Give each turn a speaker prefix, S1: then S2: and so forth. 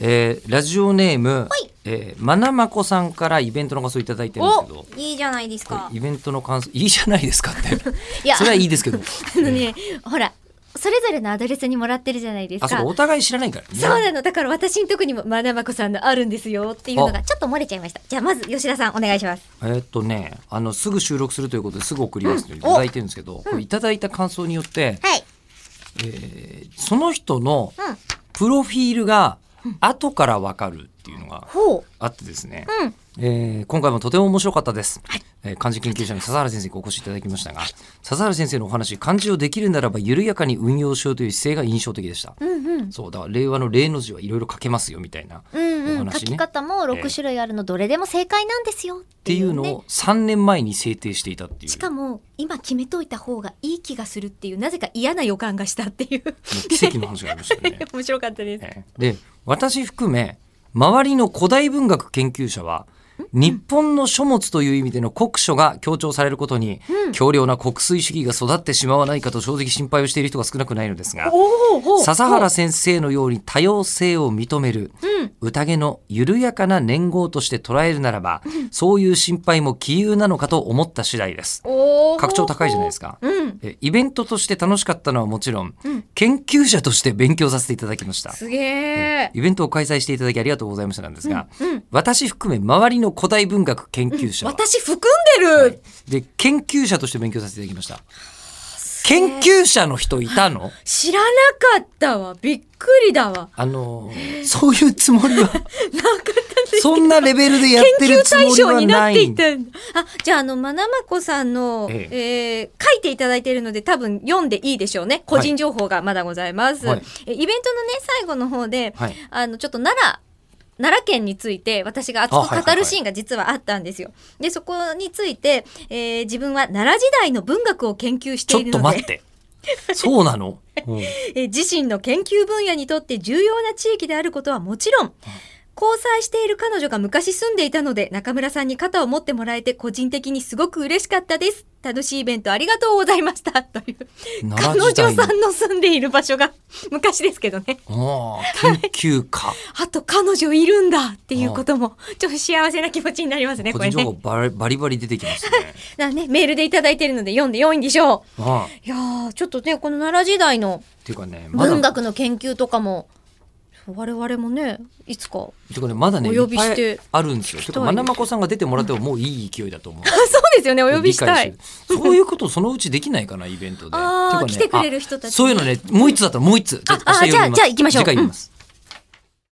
S1: えー、ラジオネーム
S2: はい、
S1: えー、まなまこさんからイベントの感想いただいてるんですけ
S2: お
S1: ど、
S2: いいじゃないですか
S1: イ。ベントの感想、いいじゃないですかって。
S2: いや
S1: それはいいですけど。
S2: あのね、ほら、それぞれのアドレスにもらってるじゃないです
S1: あ、そ
S2: か
S1: こ。お互い知らないからね。
S2: そうなの。だから私のとこにも、まなまこさんのあるんですよっていうの
S1: あ
S2: が、ちょっと漏れちゃいました。じゃあ、まず、吉田さん、お願いします。
S1: えーっとね、あの、すぐ収録するということですぐ送りますといた
S2: お
S1: だいてるんですけど、これいただいた感想によって、
S2: はい。
S1: えーその人の
S2: うん。
S1: プロフィールが後からわかるっていうのが
S2: ほ
S1: あってですね、
S2: う。うん。
S1: えー今回もとても面白かったです、えー漢字研究者の笹原先生にお越しいただきましたが笹原先生のお話漢字をできるならば緩やかに運用しようという姿勢が印象的でした、
S2: うんうん。
S1: そうだから令和の例の字はいろいろ書けますよみたいなっ
S2: うん
S1: お話
S2: うん、書
S1: ね
S2: き方も6種類あるのどれでも正解なんですよって
S1: てい
S2: いうう
S1: の
S2: ね
S1: を3年前に制定していたっていう
S2: しかも今決めといた方がいい気がするっていうなぜか嫌な予感がしたっていう
S1: もう奇跡の話がありま したよね
S2: 面白かったです、
S1: ええで私含め周りの古代文学研究者は日本の書物という意味での国書が強調されることに
S2: うん
S1: 強量な国粋主義が育ってしまわないかと正直心配をしている人が少なくないのですが
S2: おお
S1: 笹原先生のように多様性を認める
S2: うん
S1: 宴の緩やかな年号として捉えるならばそういう心配も杞憂なのかと思った次第です。
S2: おー
S1: 格調高いじゃないですか。
S2: うん
S1: えイベントとして楽しかったのはもちろん
S2: うん
S1: 研究者として勉強させていただきました。
S2: すげえ
S1: イベントを開催していただきありがとうございましたなんですが、
S2: うん
S1: 私含め周りの古代文学研究者は、
S2: 私含んでる、
S1: で研究者として勉強させていただきました研究者の人いたの
S2: 知らなかったわびっくりだわ
S1: あ のーそういうつもりは
S2: なかったです
S1: そんなレベルでやって
S2: 研
S1: る
S2: 究
S1: つも
S2: 対
S1: り
S2: 象
S1: は
S2: にな
S1: な
S2: って
S1: い
S2: いたんだあじゃああのまなまこさんの、
S1: え
S2: えー書いていただいているので多分読んでいいでしょうね個人情報がまだございます、
S1: はい
S2: えイベントのね最後の方で、
S1: はい
S2: あのちょっと奈良奈良県について私が熱
S1: あはいはい
S2: く
S1: は
S2: 語
S1: い
S2: るシーンが実はあったんですよ。でそこについて、えー自分は奈良時代の文学を研究し
S1: ち
S2: て
S1: ょ
S2: い
S1: っ
S2: る
S1: と
S2: の
S1: 待っ
S2: で、
S1: てそうなの、うん
S2: えー自身の研究分野にとって重要な地域であることはもちろん交際している彼女が昔住んでいたので中村さんに肩を持ってもらえて個人的にすごく嬉しかったです楽しいイベントありがとうございました という彼
S1: 奈良
S2: 女
S1: 時代の
S2: さんの住んでいる場所が 昔ですけどね
S1: あー研究家
S2: あと彼女いるんだっていうこともちょっと幸せな気持ちになりますね
S1: 個
S2: こ
S1: 人
S2: れ
S1: 情
S2: ね
S1: 報バリバリバリ出てきます ね、
S2: なねメールでいただいてるので読んで良いんでしょう
S1: ああっ
S2: いやーちょっとねこの奈良時代の
S1: ていうかねまだ
S2: 文学の研究とかも我々もねいつか
S1: てかねまだね
S2: お呼びして
S1: いっぱいあるんですよ。てかまなまこさんが出てもらってももういい勢いだと思う。
S2: あ そうですよねお呼びしたい
S1: 理解してるそういうことそのうちできないかなイベントで。
S2: あー
S1: て
S2: 来て
S1: かね
S2: くれる人たち
S1: あそういうのねもう一つだったらもう一つ。
S2: ああ
S1: 明日
S2: じゃ
S1: 呼
S2: あ
S1: びます
S2: じゃあ行きましょう
S1: 次回言います。